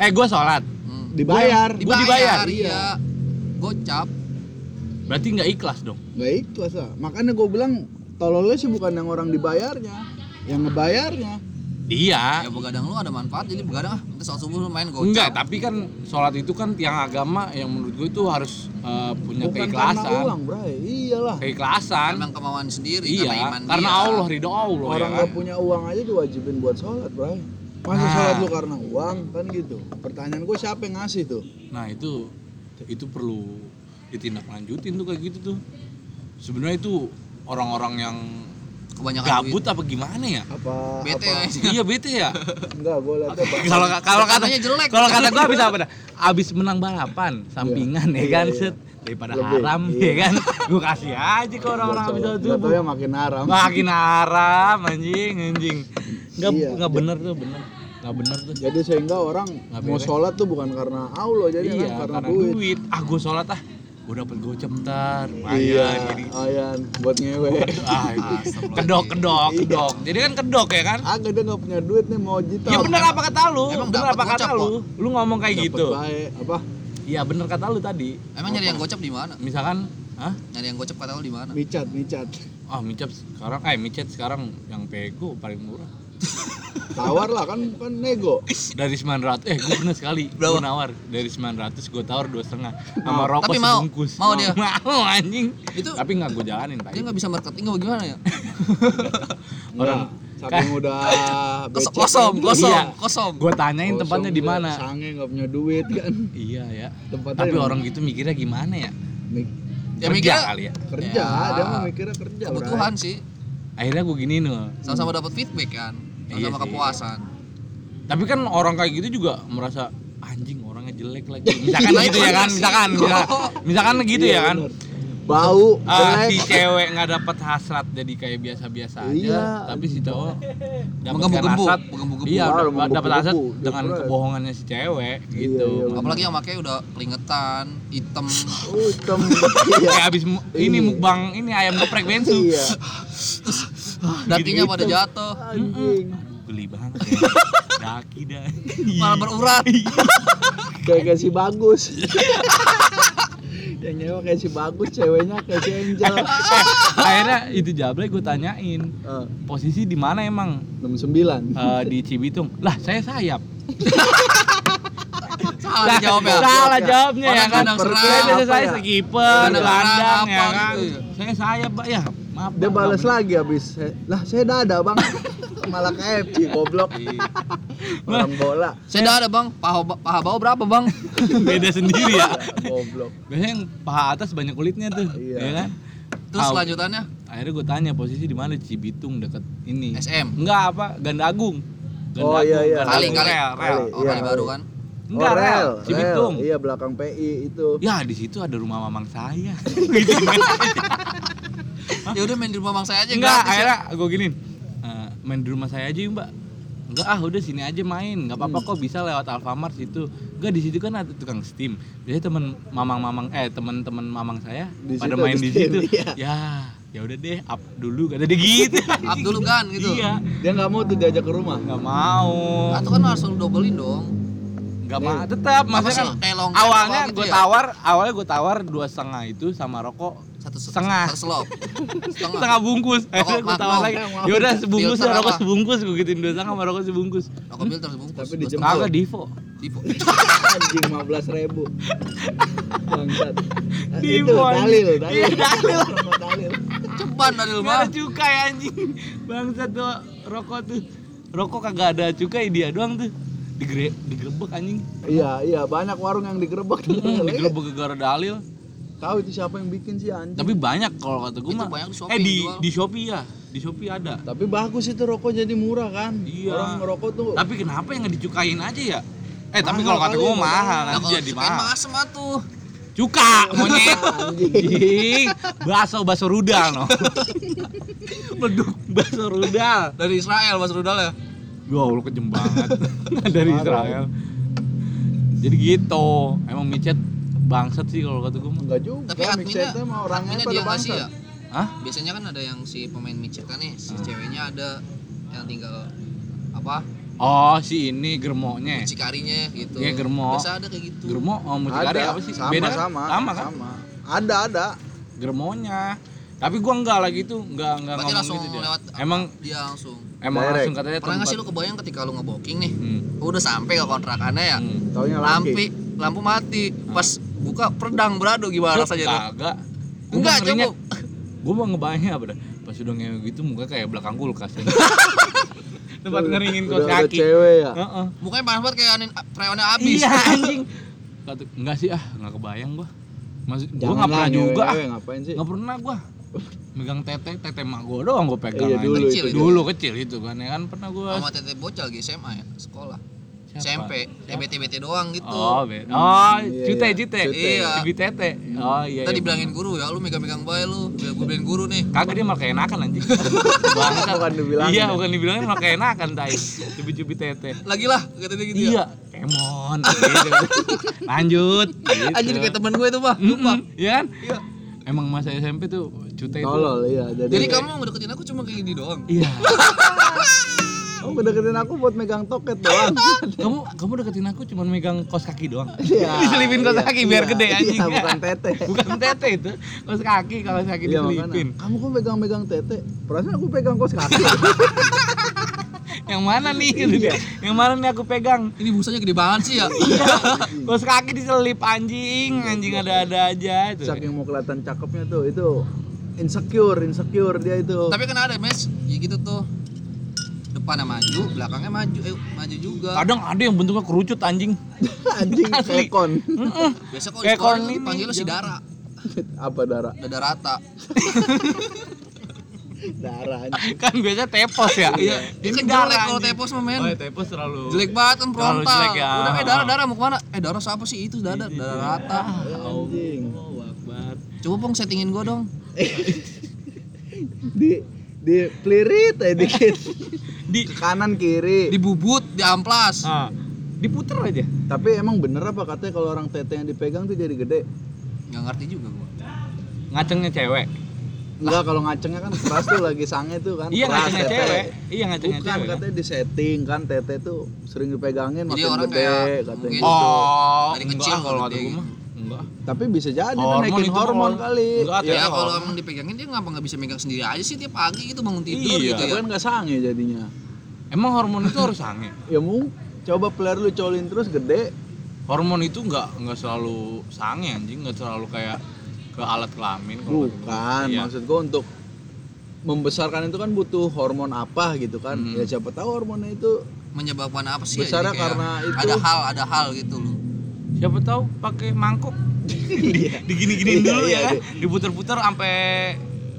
eh gue sholat
Hmm.
Dibayar.
Gua dibayar,
iya gocap
berarti nggak ikhlas dong
Baik, ikhlas lah. Makanya gue bilang tololnya sih bukan yang orang dibayarnya, yang ngebayarnya.
dia
ya begadang lu ada manfaat jadi begadang ah nanti sholat subuh lu main gocap
enggak tapi kan sholat itu kan tiang agama yang menurut gue itu harus eh, punya
bukan karena
keikhlasan
uang, Bray. Iyalah.
keikhlasan
emang kemauan sendiri
iya
karena iman
karena,
dia.
Allah ridho Allah
Orang
ya
nggak
kan?
punya uang aja diwajibin buat sholat, Bray. Masa
Nah.
sholat lu karena uang kan gitu. Pertanyaan gue siapa yang ngasih tuh?
nah itu itu perlu ditindaklanjutin tuh kayak gitu tuh sebenarnya itu orang-orang yang
kebanyakan
gabut apa gimana ya
Apa
duit bete
apa?
ya
iya bete ya
Enggak, gue liatnya bang.
kalau kalau kata
Pertanyaannya jelek.
kalau kata gua habis apa dah? Habis menang balapan sampingan ya
Iya,
kan
iya.
set daripada
Lebih,
haram
iya.
ya kan gua kasih aja ke orang-orang habis sholat
Nggak tahu
subuh
ya makin haram.
makin haram anjing anjing nggak
Iya.
nggak bener tuh bener nggak bener tuh
Jadi sehingga orang
Nggak
mau
beres.
sholat tuh bukan karena Allah jadi
iya
kan
karena,
karena,
duit.
duit.
ah gua sholat ah gua dapat gocap ntar
Iya,
lumayan jadi
ayan buat ngewe.
ah itu. kedok kedok
Iya.
kedok jadi kan kedok ya kan
Agak dia nggak punya duit nih mau jitu.
Ya bener apa kata lu?
Emang
bener
dapet
apa kata
gocap
lu? Lu ngomong kayak gitu.
apa?
Iya bener kata lu tadi.
emang nyari yang gocap di mana
Misalkan, hah?
nyari yang gocap kata lu di mana
Micat, micat.
Ah, micap sekarang, eh micet sekarang yang pego paling murah.
Tawar lah kan kan nego.
Dari 900, eh gue pernah sekali
Berapa? Oh,
gue nawar dari 900 gue tawar dua setengah sama
Mau.
rokok
Tapi mau.
sebungkus.
Mau dia?
Mau anjing.
Itu-
Tapi nggak gue jalanin
dia
tadi.
nggak bisa marketing apa gimana ya
Orang
Orang-
Nah, saking udah
Kos-
becek
kosong
kan.
kosong
Iya.
kosong
Gue tanyain
Oh,
Kosong
tempatnya di
udah,
mana.
Sange nggak punya duit kan.
Iya ya.
Tempatnya
Tapi
yang-
orang gitu mikirnya gimana ya?
Mik-
Kerja
Ya, mikirnya
kali ya.
kerja,
Ya.
dia mah mikirnya kerja.
Iya,
kebutuhan sih
Akhirnya gue gini loh.
sama-sama dapat feedback kan
Iya
sama-sama
sih.
kepuasan
Tapi kan orang kayak gitu juga merasa anjing orangnya jelek lagi. Misalkan
Iya,
gitu ya kan, misalkan, misalkan, misalkan gitu ya kan.
Bray. Iya, Bau,
Ah, si
jelek.
cewek nggak dapat hasrat jadi kayak biasa-biasa aja,
Iya.
tapi si cowok dapatkan
Menggebu-gebu,
hasrat,
menggebu-gebu.
iya
Wah,
dapat
lu
dapat
menggebu-gebu,
hasrat
jujur
dengan
aja.
kebohongannya si cewek
Iya,
gitu.
iya, bener.
apalagi yang makanya udah keringetan hitam
Uh, tem- iya.
Kayak abis mu- ini
Iya.
mukbang ini ayam geprek bensu.
Iya.
dakinya
Gitu.
pada jatuh
Anjing.
Geli banget. Ya. Daki dah. Iya.
malah berurat
Kayak kayak si bagus. Yang nyewa kayak si bagus, ceweknya kayak si Angel.
Eh, Akhirnya itu Jable gue tanyain
Ah,
posisi di mana emang
69.
Eh, di Cibitung. Lah saya sayap.
salah dia jawabnya
Salah jawabnya ya
Orang
kan.
kandang serang,
Saya biasa
apa
saya
ya?
sekiper,
Kandang
gelandang
serang,
ya
apa
kan.
gitu ya.
Saya sayap, Pak ya. Maaf.
Dia
Bang,
balas
nggak
lagi habis. "Eh, Lah, saya dada, Bang. Malah ke FC goblok.
Iya. Nah.
Orang bola.
saya dah ada bang paha ba- paha bawah berapa bang
beda sendiri ya
Goblok.
biasanya yang paha atas banyak kulitnya tuh
Iya.
ya kan
terus
Au.
lanjutannya
akhirnya gue tanya posisi di mana Cibitung deket ini
SM
enggak apa Gandagung
Oh, iya, iya.
Gandagung.
Kali, kali.
rel, rel.
Kali.
oh
Iya,
kali baru
iya.
kan
enggak
Oh,
rel,
rel,
Cibitung
Iya, belakang PI itu.
ya di situ ada rumah mamang saya gitu kan.
ya udah main di rumah bang saya aja
enggak
gratis ya.
akhirnya gue giniin "Eh, main di rumah saya aja yuk mbak enggak ah udah sini aja main nggak
Hmm.
apa-apa kok bisa lewat Alfamart situ enggak di situ kan ada tukang steam biasanya temen mamang-mamang eh temen-temen mamang saya
Di
pada
situ
main
ada
di
steam,
situ
iya.
ya ya udah deh up dulu kata dia gitu
up dulu kan gitu
iya
Dia nggak mau tuh diajak ke rumah.
nggak mau
atau kan harus lu dobelin dong
nggak mau tetap
apa
maksudnya
sih
kan
kayak longgar
awalnya
doang gitu
gue
ya?
tawar awalnya gue tawar dua setengah itu sama rokok
satu se-
Setengah.
satu selop setengah
setengah bungkus akhirnya gue
maaf,
tawar
maaf.
lagi
Maaf, maaf.
yaudah sebungkus
Filter
ya rokok
apa?
sebungkus gue gituin dua setengah sama rokok sebungkus
rokok filter sebungkus
Tapi dijemput.
Kagak Divo.
Dipo.
anjing 15 ribu bangsat
Di
itu
Bon.
dalil
Iya,
dalil
dalil.
dalil
Ceban dari lu
Gak
mah.
ada cukai anjing Bangsat tuh rokok tuh Rokok kagak ada cukai dia doang tuh Digre digerebek anjing
iya iya banyak warung yang digerebek
Mm,
Hmm,
Digerebek
iya.
gara dalil
tahu itu siapa yang bikin sih anjing
Tapi banyak kalau kata gue
Itu
mah
banyak di Shopee
Eh di,
jual.
di Shopee ya Di Shopee ada
tapi bagus itu rokok jadi murah kan
Iya.
orang ngerokok tuh
Tapi kenapa yang gak dicukain aja ya Eh tapi
Mahal
kalau kata gue
kali,
mahal
Nah,
Nanti
kalau
jadi
disukain
mahal
mah asem ah tuh.
Cuka monyet
anjing
Anjing Baso baso rudal no Beduk baso rudal
Dari Israel Mas Rudal ya.
Ya Allah kejem banget dari
Parah.
Israel. Jadi gitu, emang micet bangsat sih kalau kata gue mah.
enggak juga
Tapi
mixer
adminnya,
itu mah orangnya
adminnya
pada
dia ngasih
bangsat
ya.
Hah?
Biasanya kan ada yang si pemain micet kan nih,
Ah.
si ceweknya ada yang tinggal apa
Oh, si ini germoknya.
mucikarinya gitu.
Eh. Iya, germo.
Biasa ada kayak gitu.
Germok oh, mucikari apa sih?
sama,
Beda kan?
sama,
Sama kan?
ada ada
Germonya. Tapi gua enggak lagi tuh, enggak enggak
Berarti
ngomong
langsung
gitu dia.
lewat-
Emang
Dia langsung.
emang
Direct.
langsung katanya
Pernah nggak sih lu
tempat.
kebayang ketika lu ngeboking nih?
Hmm.
Udah sampai ke kontrakannya ya.
hmm. Ah.
taunya
Lampu
laki
lampu mati. Pas buka perdang beradu gimana
Cuk,
rasanya tuh?
Kagak. Gua
Enggak,
ngerinya-
coba.
Gua mau ngebayangnya apa dah? Pas udah ngewek gitu muka kayak belakang kulkas. Tempat ngeringin
Udah
kaos
ada
kaki.
cewek ya
Heeh.
Mukanya panas banget kayak anin freonnya habis.
Iya anjing. Kata, enggak sih ah, enggak kebayang gua. Maksud gua
Jangan
enggak pernah
lah, Iya.
juga ah.
ngewe-ngewe, ngapain sih
Enggak pernah gua. Megang tete, tete mak gua doang gua pegang.
Iya,
anjing.
dulu
Kecil
itu.
Dulu kecil itu kan ya kan pernah gua.
Sama tete bocah lagi SMA ya, sekolah.
Siapa?
SMP,
Siapa?
BT-BT doang gitu.
Oh, be- oh,
iya,
cute,
iya.
cute.
Cute. Iya.
Cibi tete. Oh iya.
Tadi
iya.
bilangin guru ya, lu megang-megang bae lu, biar gue beliin guru nih.
Kagak dia malah enakan anjing. Bangsat.
Bukan dibilangin,
Iya,
ya?
bukan dibilangin malah enakan tai. Cibi-cibi tete.
Lagi lah, kata dia gitu ya.
Iya, kemon. Gitu. Lanjut. Gitu.
Anjir kayak temen gue itu, Pak. Lupa.
Mm-mm, Iya kan? Emang masa SMP tuh cute itu
tolol iya jadi,
Jadi kamu ngedeketin aku cuma kayak gini doang.
Iya.
kamu deketin aku buat megang toket doang
kamu kamu deketin aku cuman megang kos kaki doang.
Iya,
diselipin kos
iya,
kaki biar
iya,
gede
iya,
anjing.
bukan tete.
Bukan tete itu. Kos kaki kalau kaki
Iya,
diselipin.
makanya. Kamu kok megang-megang tete? Perasaan aku pegang kos kaki.
Iya. Yang mana nih gitu dia.
Iya.
Yang mana nih aku pegang?
Ini busanya gede banget sih ya.
Iya. Kos kaki diselip anjing, anjing ada-ada aja itu.
Saking mau kelihatan cakepnya tuh, itu insecure, insecure dia itu.
Tapi kan ada mes, ya gitu tuh. Depannya maju, belakangnya maju, eh maju juga.
Kadang ada yang bentuknya kerucut anjing.
Anjing
Asli.
sekon.
Mm-mm.
Biasa kalau
Kayak
di sekolah
kon ini,
dipanggil si
jangan-
Dara,
Apa darah?
Dada Rata.
Darah. anjing.
kan biasa tepos ya.
Iya, dia
Ini
kan
darah,
jelek kalau
anjing.
tepos mah men.
Oh, ya, tepos terlalu
Jelek banget kan
Terlalu
frontal.
jelek ya. Iya,
Udah eh Dara Dara mau kemana? Eh Dara siapa sih itu Dada? Dara Rata.
Ya Allah,
Anjing.
Akbar.
Coba pong settingin gua dong.
Di di plirit eh dikit.
Di
Ke kanan kiri.
Dibubut, diamplas.
ah, diputer aja.
Tapi emang bener apa katanya kalau orang tete yang dipegang tuh jadi gede?
Enggak ngerti juga gua.
Ngacengnya cewek.
Enggak, kalau ngacengnya kan keras tuh lagi sange tuh kan.
Iya
keras
ngacengnya
tete.
cewek. Iya ngacengnya
Bukan
cewek. kan?
katanya di setting kan tete tuh sering dipegangin
Jadi
makin
orang
gede
kayak
katanya
mungkin-
gitu.
Oh,
Dari
enggak
kecil
ah, kalau
kalau
kata
dia
gue
gitu.
mah. Enggak.
Tapi bisa jadi
Hormon
hormon naikin
itu
hormon
hormon.
kali.
Enggak,
Iya.
Ya,
Ya, kalau
orang.
emang dipegangin dia ngapa nggak bisa megang sendiri aja sih tiap pagi gitu bangun tidur
Iya.
gitu
Tapi
ya.
kan nggak sange jadinya.
Emang hormon itu harus sange.
Ya mung, coba player lu colin terus gede.
Hormon itu enggak enggak selalu sange anjing, enggak selalu kayak ke alat kelamin kalau kata gue.
Bukan,
Iya.
maksud gua untuk membesarkan itu kan butuh hormon apa gitu kan.
Hmm.
Ya siapa tahu hormonnya itu
Menyebabkan apa sih ya?
Besarnya
Jadi kayak
karena itu.
Ada hal, ada hal gitu loh.
Siapa tahu pakai mangkok
Iya.
digini-giniin
Iya,
dulu
iya,
ya kan.
iya.
Diputer-puter sampai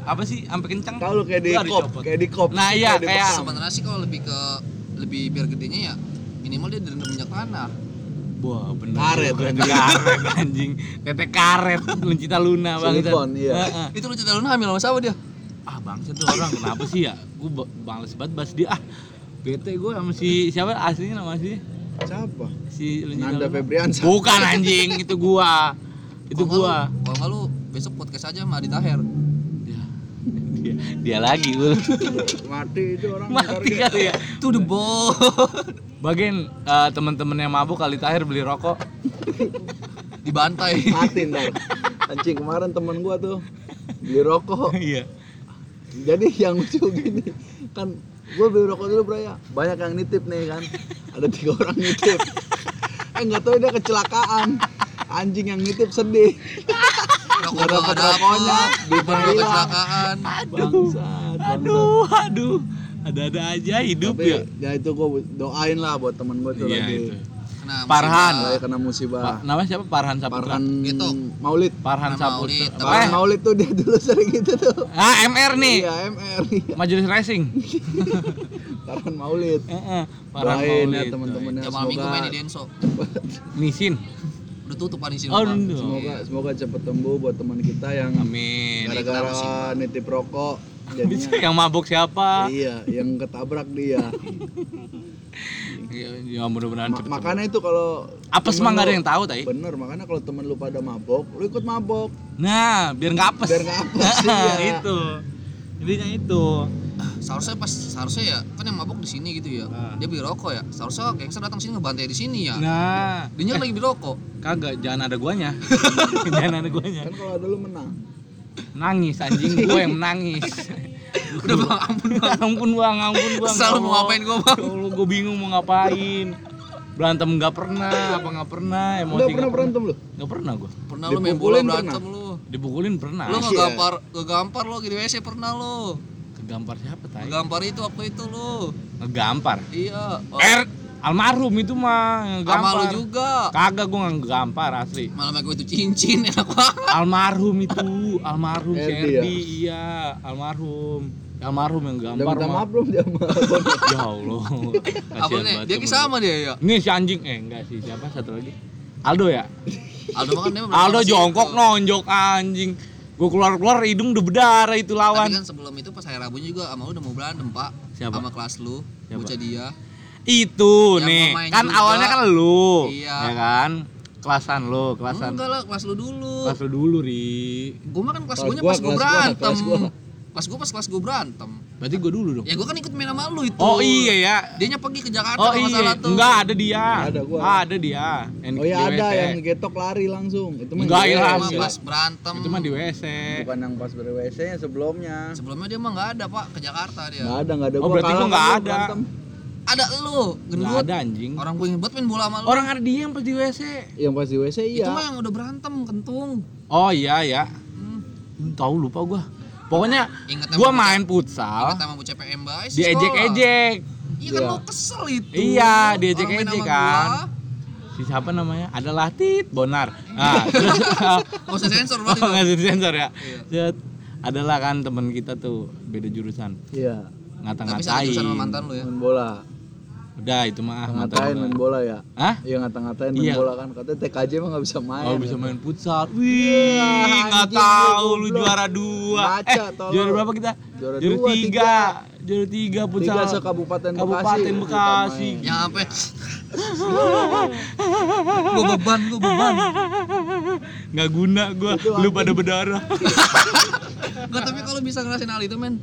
apa sih? Sampai kencang.
tahu lu kayak di
Lu ada
kop,
copot.
kayak di kop.
Nah, iya,
di
kayak-
bekam.
Sebenarnya sih kalau lebih ke lebih biar gedenya ya minimal dia direndam minyak tanah.
Wah, bener.
Karet,
juga tuh, karet anjing. Tete karet, Luncita Luna bang.
Silikon, iya.
Heeh.
Itu lucu Luna hamil sama siapa dia?
ah bangsa tuh orang kenapa sih ya gue males banget bahas dia ah bete gue sama si siapa aslinya nama aslinya
Siapa?
si Lunjita
Nanda
Luna.
Febriansa.
bukan anjing itu gua itu
Kalau nggak
gua
lu- Kalau nggak lu besok podcast aja sama Adi Taher.
dia, dia, dia lagi gua
Mati itu orang
mati kali ya
To the bone.
bagian eh, teman-teman yang mabuk kali terakhir beli rokok
Dibantai.
mati ntar. Anjing kemarin temen gua tuh beli rokok.
iya
jadi yang lucu gini kan gue beli rokok dulu bro ya banyak yang nitip nih kan ada tiga orang nitip eh nggak tahu dia kecelakaan anjing yang nitip sedih Nggak
Rokok gua
dapet
nggak ada
rokoknya,
apa
duitnya
Baru
hilang.
kecelakaan
bangsat bangsat.
aduh aduh ada-ada aja hidup
tapi
ya
ya itu gue doain lah buat temen gue tuh
Iya,
lagi
itu.
Nah,
Parhan.
lagi
musibah.
kena
Pa-
musibah
namanya siapa Parhan Saputra
Parhan
Gitu.
Maulid
Parhan
Nama Maulid,
Saputra
Parhan
eh
Maulid tuh dia dulu sering gitu tuh
ah MR nih
iya MR iya.
Majelis Racing
Parhan Maulid
Heeh, Parhan
doain ya
Maulid.
teman-temannya
Jamal Minggu main di
semoga
Denso.
Nisin
Udah tutup kan di sini.
oh
Pak.
no.
semoga semoga cepet tembuh buat teman kita yang
amin
gara-gara nitip rokok
bisa
jadinya
yang mabuk siapa
iya yang ketabrak dia
ya mudah-mudahan
Ma-
cepet
makanya itu kalau
apa
temen
semang nggak ada
lu-
yang tahu tai
bener makanya kalau temen lu pada mabok lu ikut mabok
nah biar nggak apes Nah,
biar nggak apes iya.
itu intinya itu
Nah, Seharusnya pas seharusnya ya kan yang mabuk di sini gitu ya.
Ah.
Dia beli rokok ya. Seharusnya gangster datang sini ngebantai di sini ya.
nah
Dia lagi beli rokok.
kagak jangan ada guanya jangan ada guanya
kan kalau ada lu menang
nangis anjing gue yang menangis
Udah bang ampun.
ampun bang ampun bang Ya
Kesel mau ngapain gua, Bang?
kalau gue bingung mau ngapain berantem nggak pernah apa nggak pernah emosi
udah
nggak
pernah berantem lu
nggak pernah gue
Pernah lu main bola
Dipukulin
berantem lu.
dipukulin pernah
Lu ngegampar, ngegampar lu lagi di WC pernah lu.
kegampar siapa tai
Ngegampar itu waktu itu lu.
ngegampar
Iya. Oh,
er almarhum itu mah
Sama lu
ngegampar
juga.
kagak gue nggak ngegampar asli
Malah pakai itu cincin ya enak banget.
almarhum itu almarhum si
Erdi ya?
Erdi iya almarhum Ya, almarhum yang
udah
gampar
minta
mah.
maaf belum dia maaf
ya Allah
Apa
kasihan
nih?
banget
Dia
temen
sama dia ya.
gue. nih si anjing eh enggak sih siapa satu lagi Aldo ya
Aldo makan dia bersama
Aldo
si
jongkok
itu.
nonjok anjing gue keluar keluar hidung udah berdarah itu
Tapi
lawan
kan sebelum itu pas hari Rabunya juga sama lu udah mau berantem, Pak.
Siapa?
Sama kelas lu,
Siapa?
bocah dia.
itu
Yang
nih
Iya, mau main
kan
juga.
awalnya kan lu
Iya.
ya kan kelasan lu kelasan
Enggak lah, kelas lu dulu.
kelas lu dulu ri
Gua mah kan kelas,
Kelas
guanya
gua,
pas gua
kelas gua,
berantem.
kelas gua.
Pas gua pas kelas gua berantem.
berarti gue dulu dong
Ya gua kan ikut main sama lu itu.
oh iya ya
Dianya pergi ke Jakarta
Oh
kalau nggak
iya,
salah tuh.
enggak ada dia.
Ada gua.
Ada dia. Yang
oh
di
ya
E.
ada
WC.
yang getok lari langsung itu mah
Enggak,
di
iya,
WC.
Cuma
iya.
pas berantem.
Itu mah di E. WC.
bukan yang pas dari WC nya sebelumnya
Sebelumnya dia mah enggak ada, Pak, ke Jakarta dia.
nggak ada nggak ada
Oh,
Gua
berarti
kalah
gua nggak
kan lu
ada.
berantem.
Ada lu,
Enggak
gendut.
ada anjing.
Orang gua inget banget main bola sama lu.
Orang ada dia yang pas di E. WC.
yang pas di WC iya
Itu mah yang udah berantem, kentung.
Oh iya ya.
Hmm.
Hmm, Tahu lupa gua. Pokoknya
Ingat
gua
sama-
main
Ingat
futsal,
sama bocah PMB aja sih sekolah.
diejek-ejek.
Iya kan
Iya.
lu kesel itu.
Iya, diejek-ejek
Orang main sama
kan.
gua.
Si siapa namanya? Adalah Tit Bonar. Nah, terus
Gak usah sensor
oh,
banget itu.
nggak usah sensor ya.
Iya.
Set, Adalah kan teman kita tuh beda jurusan.
iya
Tapi satu
Ngata-ngatain.
jurusan sama mantan lu ya.
main bola
Udah itu mah ah,
ngatain main
mantan. gua.
bola ya
Hah?
Iya ngata-ngatain main
Iya.
bola kan katanya TKJ mah nggak bisa main.
Oh bisa main futsal. Wih,
Iya,
nggak
anjing,
tahu
lu
lu
goblok.
juara dua.
Baca,
eh,
tolol.
juara berapa kita?
Juara
juara
dua,
tiga. Juara tiga futsal.
Tiga sekabupaten Bekasi.
Kabupaten
Kita
Bekasi.
main.
Yang Ya, apa? Gue beban, gue beban.
Nggak guna gua,
Itu
lu
anjing.
pada berdarah.
Gak tapi kalau bisa ngerasain hal itu men,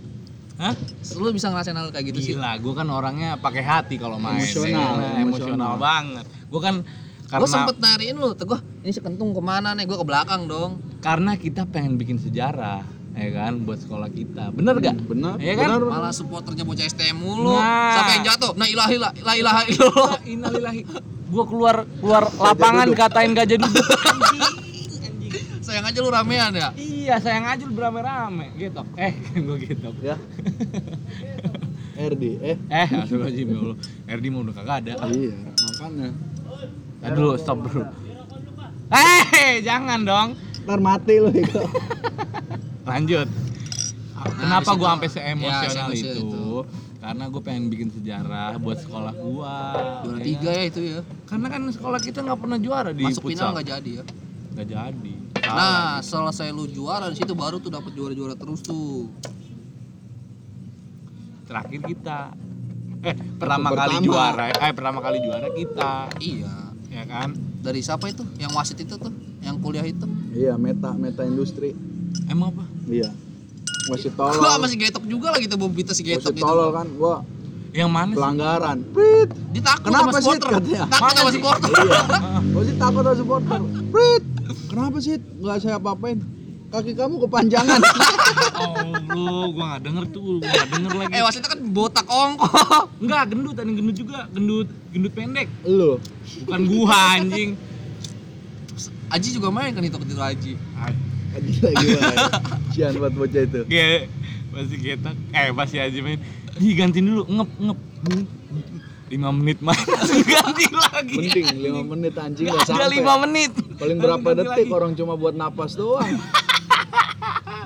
Hah?
lu bisa ngerasain hal kayak gitu sih.
Gila, gua kan orangnya pakai hati kalau main.
Emosional,
Nah,
emosional.
emosional banget. Gua kan
Gue
karena
sempet nariin lu, gue ini sekentung kemana nih? Gue ke belakang dong.
karena kita pengen bikin sejarah, ya kan, buat sekolah kita. Bener gak?
Benar.
Iya kan?
Benar.
Malah supporternya bocah STM mulu,
Nah.
sampai yang jatuh. Nah ilahi la, la ilaha illallah.
Gua Innalillahi. Gua keluar keluar lapangan katain gajah duduk.
Sayang aja lu ramean ya.
Iya, sayang aja lu berame-rame gitu. Eh, gua gitu.
Ya. RD eh
Eh, astagfirullahaladzim ya Allah. Erdi mau udah kagak ada.
iya makanya
Aduh, stop bro. Eh, jangan dong.
ntar mati lo itu
Lanjut. Kenapa
di situ-
gua sampai se-emosional
ya,
itu?
se-emosional itu.
Karena gue pengen bikin sejarah buat sekolah gua.
Juara
Ya
tiga
kan?
ya itu ya.
Karena kan sekolah kita nggak pernah juara di
Masuk final
futsal.
nggak jadi ya.
Nggak jadi.
Nah selesai lu juara di situ baru tuh dapat juara-juara terus tuh.
Terakhir kita. Eh, pertama,
Pertama.
kali juara. Eh, pertama kali juara kita.
Iya.
Ya kan?
Dari siapa itu? Yang wasit itu tuh, yang kuliah itu.
iya meta meta industri
Emang apa?
iya masih
Gua
tolol
masih getok juga lagi tuh Bobita gitu, si
masih
getok itu.
tolol kan gua
Yang mana sih?
pelanggaran prit
Dia takut
Kenapa ya?
sama
sih,
supporter.
katanya?
Takut
Mana
sama
sih?
supporter.
iya gua sih takut sama supporter prit kenapa sih nggak saya apa-apain kaki kamu kepanjangan.
Oh, lu gua nggak denger tuh, gua nggak denger lagi.
Eh
oh.
wasitnya kan botak ongko.
Enggak, gendut, ada yang gendut juga, gendut, gendut pendek.
Lu.
Bukan gua anjing.
Aji juga main kan itu ketika Aji.
Anjing lagi main. Sian buat bocah itu.
Kayak masih getak, eh masih aja main. Di gantiin dulu, ngep ngep. 5 menit main, langsung ganti lagi.
Mending 5 menit anjing
Nggak
gak
ada
sampai.
5 menit.
Paling
Langsung
berapa
ganti
detik
lagi.
orang cuma buat napas doang.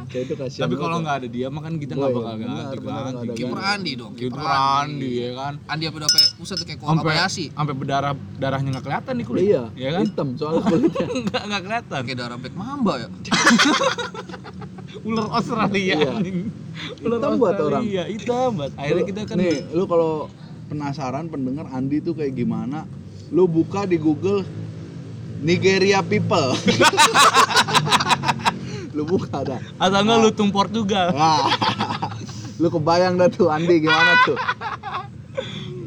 Kayak itu kasihan.
Tapi
banget
kalau
ya.
nggak ada dia mah kan kita
Boy,
nggak bakal
Oh, iya.
ganti
benar, benar, nggak ada
ganti.
Kiper Andi dong.
Kiper Andi ya kan.
Andi apa udah kayak pusat kayak kuah
Sampai
Kobayashi.
sampai berdarah darahnya nggak kelihatan nih kulit.
Iya,
ya kan?
hitam soalnya kulitnya.
Nggak nggak kelihatan.
Kayak darah back mamba ya.
Ular Australia
Iya.
anjing.
Hitam buat orang.
Iya, hitam buat. Akhirnya
Lu-
kita kan
nih lu kalau penasaran pendengar Andi tuh kayak gimana lu buka di Google Nigeria people lu buka dah
atau enggak lutung Portugal.
Nah, lu kebayang dah tuh Andi gimana tuh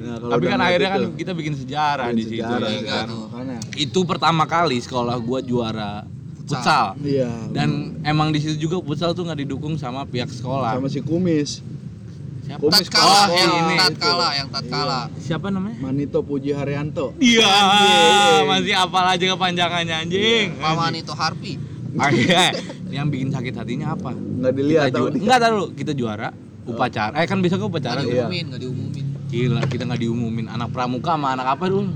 Nah, kalau
Tapi
udah
kan
ngeliat
akhirnya kan
itu,
kita bikin sejarah
bikin
di situ. ya
sejarah,
Iya,
kan?
kan.
tuh.
Makanya,
Itu pertama kali sekolah gua juara futsal.
iya
Dan emang di situ juga futsal tuh nggak didukung sama pihak sekolah.
sama si kumis
Siapa?
Kumis
Tat kalah,
sekolah,
yang
ini, Iya.
tat
itu.
kalah, yang tat kalah.
Siapa namanya?
Manito Puji Haryanto
Iya,
Anjing.
masih apal aja kepanjangannya anjing.
Iya,
Paman itu Harpi.
Akhirnya, yang bikin sakit hatinya apa?
nggak
Kita
dilihat
ju-
tahu di
enggak tahu kita juara upacara. Eh kan besok upacara. tuh.
Nggak
Iya.
diumumin, nggak diumumin.
Gila, kita nggak diumumin anak pramuka sama anak apa dulu?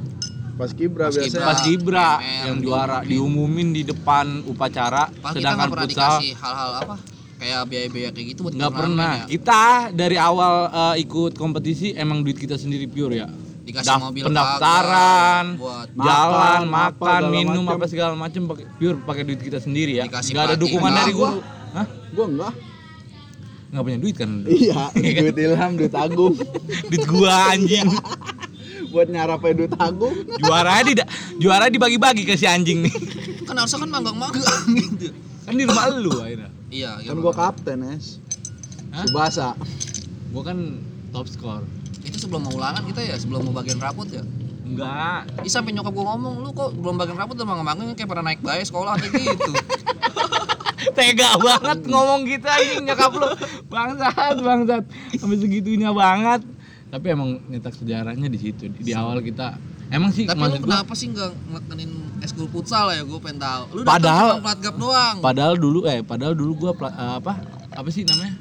pas kibra
Pas
biasanya
Pas Gibra
MR,
yang juara diumumin di depan upacara
Pas kita
sedangkan
kan nggak pernah
futsal
dikasih hal-hal apa kayak biaya-biaya kayak gitu buat
nggak
turnamen
pernah.
ya.
Kita dari awal eh, ikut kompetisi emang duit kita sendiri pure ya.
Dikasih
Daf-
mobil
pendaftaran,
kagak, buat
Makan,
jalan,
apa,
makan,
segala
minum
macem.
apa segala macem pakai pure pakai duit kita sendiri ya.
Dikasih
Gak ada
pelatih
dukungan
juga.
dari guru. Hah?
gua enggak
Nggak punya duit kan?
iya duit Ilham duit Agung
duit gua anjing.
buat nyarapai duit Agung
Iya, juara di juara dibagi-bagi ke si anjing nih.
kan harusnya kan manggang-manggang gitu.
Kan di rumah lu akhirnya.
Iya, iya.
kan
Bang.
gua kapten es
Hah?
Subasa
Gua kan top score.
itu sebelum mau ulangan kita ya, sebelum mau bagian rapot ya.
Enggak,
Ih sampai nyokap gue ngomong, lu kok belum bagian rapot udah manggang-manggang kayak pernah naik bayi sekolah kayak gitu.
tega banget ngomong gitu anjing nyokap lu bangsat bangsat sampai segitunya banget tapi emang nyetak sejarahnya di situ di, di awal kita emang sih
Tapi lu
maksud gua,
kenapa sih nggak ngelakenin eskul futsal ya? Gue pengen tahu. Lu
Padahal-
datang cuma plat gap doang.
padahal dulu eh padahal dulu gua pla- eh, apa apa sih namanya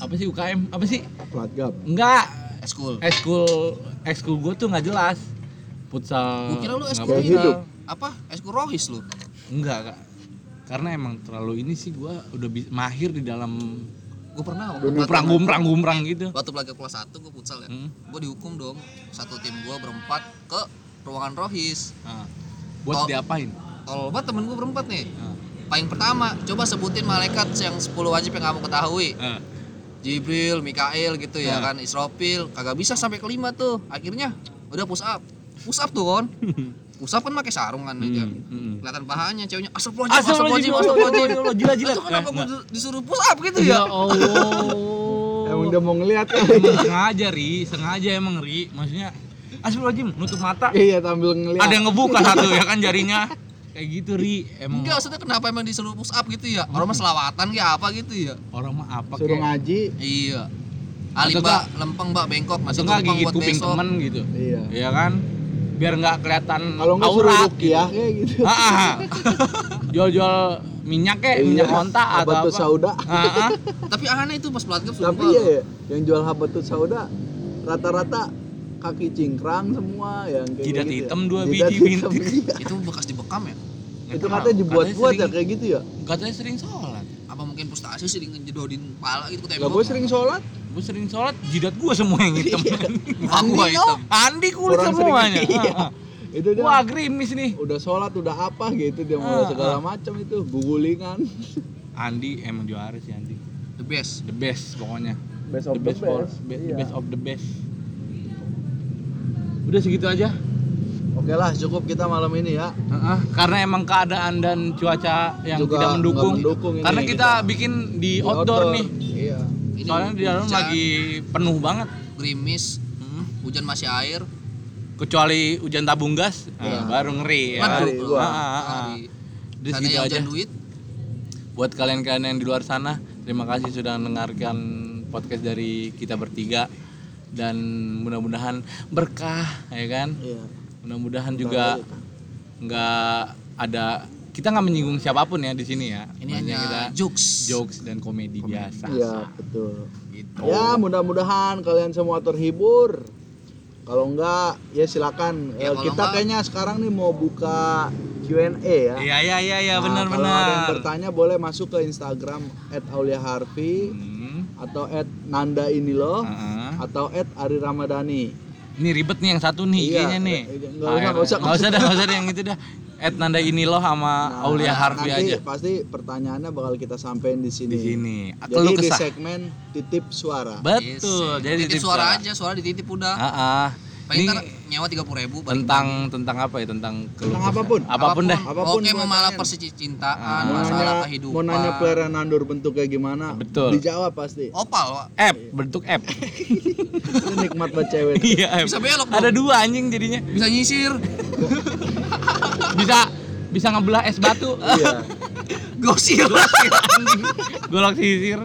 apa sih UKM apa sih
plat gap
enggak Eh,
Eskul.
eskul eskul gua tuh nggak jelas futsal
Gue kira lu
nggak
eskul
apa-apa.
ini.
Hidup.
Apa? Eskul rohis lu.
enggak Kak. karena emang terlalu ini sih gua udah bi- mahir di dalam
Gue pernah. waktu plat-
gumprang gumprang gumprang gitu
Waktu plat gap kelas 1 gue futsal ya.
Hmm.
Gue dihukum dong. Satu tim gue berempat ke ruangan rohis.
Nah, buat
Oh.
diapain
Tolol banget temen gue berempat nih.
Nah,
Paling pertama, coba sebutin malaikat yang 10 wajib yang kamu ketahui.
nah.
Jibril, Mikail gitu
Nah.
ya kan, Isrofil, kagak bisa sampai kelima tuh. Akhirnya udah push up. Push up tuh kon. Push up kan pakai sarung kan
Hmm,
ya.
hmm.
Kelihatan pahanya ceweknya asap wajib, asap wajib,
Astagfirullahaladzim,
asap wajib.
astagfirullahaladzim, jilat-jilat.
Itu kenapa gue
Nah,
disuruh push up gitu
nah. Ya
ya?
Allah.
emang udah mau ngeliat eh.
Emang sengaja, Ri. Sengaja emang, Ri. Maksudnya, astagfirullahaladzim, nutup mata.
iya sambil ngeliat
Ada yang ngebuka satu, ya kan jarinya. Kayak gitu, Ri. Emang
Enggak, maksudnya kenapa emang disuruh push up gitu ya? Orang mah
Hmm.
selawatan kayak apa gitu ya?
orang mah apa
suruh
kayak.
ngaji
Iya.
Atau
Ali
enggak-
mbak, lempeng mbak, bengkok,
Atau
masih
enggak
tumpeng
gigit
buat
kuping
besok.
temen gitu.
iya
Ya kan? Biar nggak kelihatan
kalau nggak suruh
aurat,
rukiah
gitu.
kayak gitu
Ah, ah. Jual-jual minyak kek, minyak
Iya.
onta atau
Habatus
apa.
sauda
Ah, ah.
Tapi aneh itu pas plat gap sumpah.
tapi ya yang jual habatus sauda rata-rata kaki cingkrang semua yang kayak
Jidat
gitu ya.
hitam dua
Jidat
biji, gitu.
hitam,
Min.
iya.
Itu bekas dibekam ya?
itu katanya dibuat-buat ya
sering-
kayak gitu ya
Katanya sering sholat.
Apa mungkin pustasi sering ngejedodin pala gitu ke
Eh,
lah
tembok?
gue sering sholat
Gue sering sholat, jidat gue semua yang hitam.
Muka gua
Andi,
hitam.
Andi kulit
Iya. Orang sering-
semuanya.
Iya.
Ah, ah.
itu dia
Wah gerimis nih.
udah sholat udah apa gitu dia
Ah,
mulai segala
ah.
macam itu gugulingan
Andi emang juara sih Andi.
The best.
The best pokoknya.
best
The best, for- be- the
Iya.
best of the best. Udah segitu aja.
Oke lah, cukup kita malam ini ya.
Ah, ah. Karena emang keadaan dan cuaca yang
Juga
tidak mendukung.
nggak mendukung ini.
Karena kita bikin di,
Di
outdoor, nih.
Iya.
Soalnya di dalam
hujan,
lagi penuh banget.
gerimis,
Hmm.
hujan masih air.
Kecuali hujan tabung gas, nah,
Iya.
baru ngeri ya.
Ngeri,
Ah,
gua.
ah, ah.
Hari.
Udah
Sana
segitu
yang
aja.
hujan duit.
buat kalian-kalian yang di luar sana terima kasih sudah mendengarkan podcast dari kita bertiga dan mudah-mudahan berkah ya kan
Iya.
mudah-mudahan juga nggak ada kita nggak menyinggung siapapun ya di sini ya
Ini
Maksudnya
hanya
kita
jokes.
jokes dan komedi, biasa
Iya, betul.
gitu
Ya, mudah-mudahan kalian semua terhibur. Kalau enggak, ya silakan. Eh,
Ya, kalau
kita
enggak-
kayaknya sekarang nih mau buka Q&A ya.
iya iya iya iya
Nah, Kalau ada yang
benar-benar
bertanya boleh masuk ke Instagram @auliaharfi
Hmm,
atau @nanda ini loh
uh-uh.
atau @ariRamadhani.
Ini ribet nih yang satu nih
Iya,
IG-nya nih.
nggak usah, nggak
Akhirnya.
usah.
Nggak usah dah, nggak usah dah yang itu dah. Ed nanda ini loh sama
Nah,
Aulia Harvey
nanti
aja
pasti pertanyaannya bakal kita sampein di sini.
di sini. Keluh
Jadi di
kesah.
segmen titip suara.
Betul.
Yes,
Jadi
titip Iya suara aja, suara dititip udah.
Heeh.
Paling ntar
Ini
nyewa 30.000 ribu
tentang tentang apa ya? Tentang keluh
Tentang
kesah.
apapun.
Apapun dah.
Apapun
Oke,
buat
masalah
kalian.
percintaan,
mau
masalah
nanya,
kehidupan.
mau nanya peleran nandur bentuknya gimana?
Betul.
Dijawab pasti.
Opal, Wak.
App, bentuk app.
Iya, Itu nikmat buat cewek.
Iya, app.
Bisa belok dong.
Ada dua anjing jadinya.
Bisa nyisir.
Bisa bisa ngebelah es batu.
Iya.
Gosir.
Golok sisir.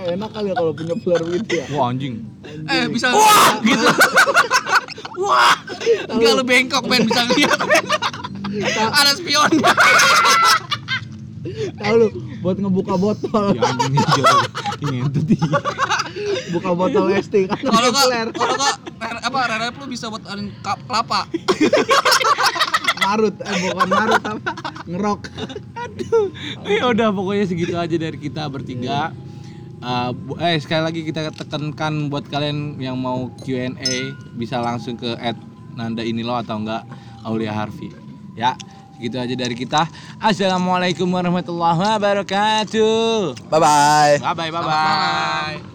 Ya, enak kali ya kalau punya player gitu ya.
Wah, anjing.
eh, bisa Wah, gitu. Wah. Enggak lu bengkok, men bisa ngeliat. Ada spion.
Tahu lu buat ngebuka botol,
Ya anjing ini jauh. Ini entut.
buka botol es teh kan
Kalau
ada
enggak,
player
kalau enggak re- apa rerep lu bisa buat arin kap- kelapa.
marut, eh bukan marut apa? Ngerok.
Ya udah pokoknya segitu aja dari kita bertiga. Uh, bu- eh sekali lagi kita tekankan buat kalian yang mau Q&A bisa langsung ke at Nanda ini lo atau enggak Aulia Harvey. Ya, segitu aja dari kita. Assalamualaikum warahmatullahi wabarakatuh.
Bye bye.
Bye bye bye bye.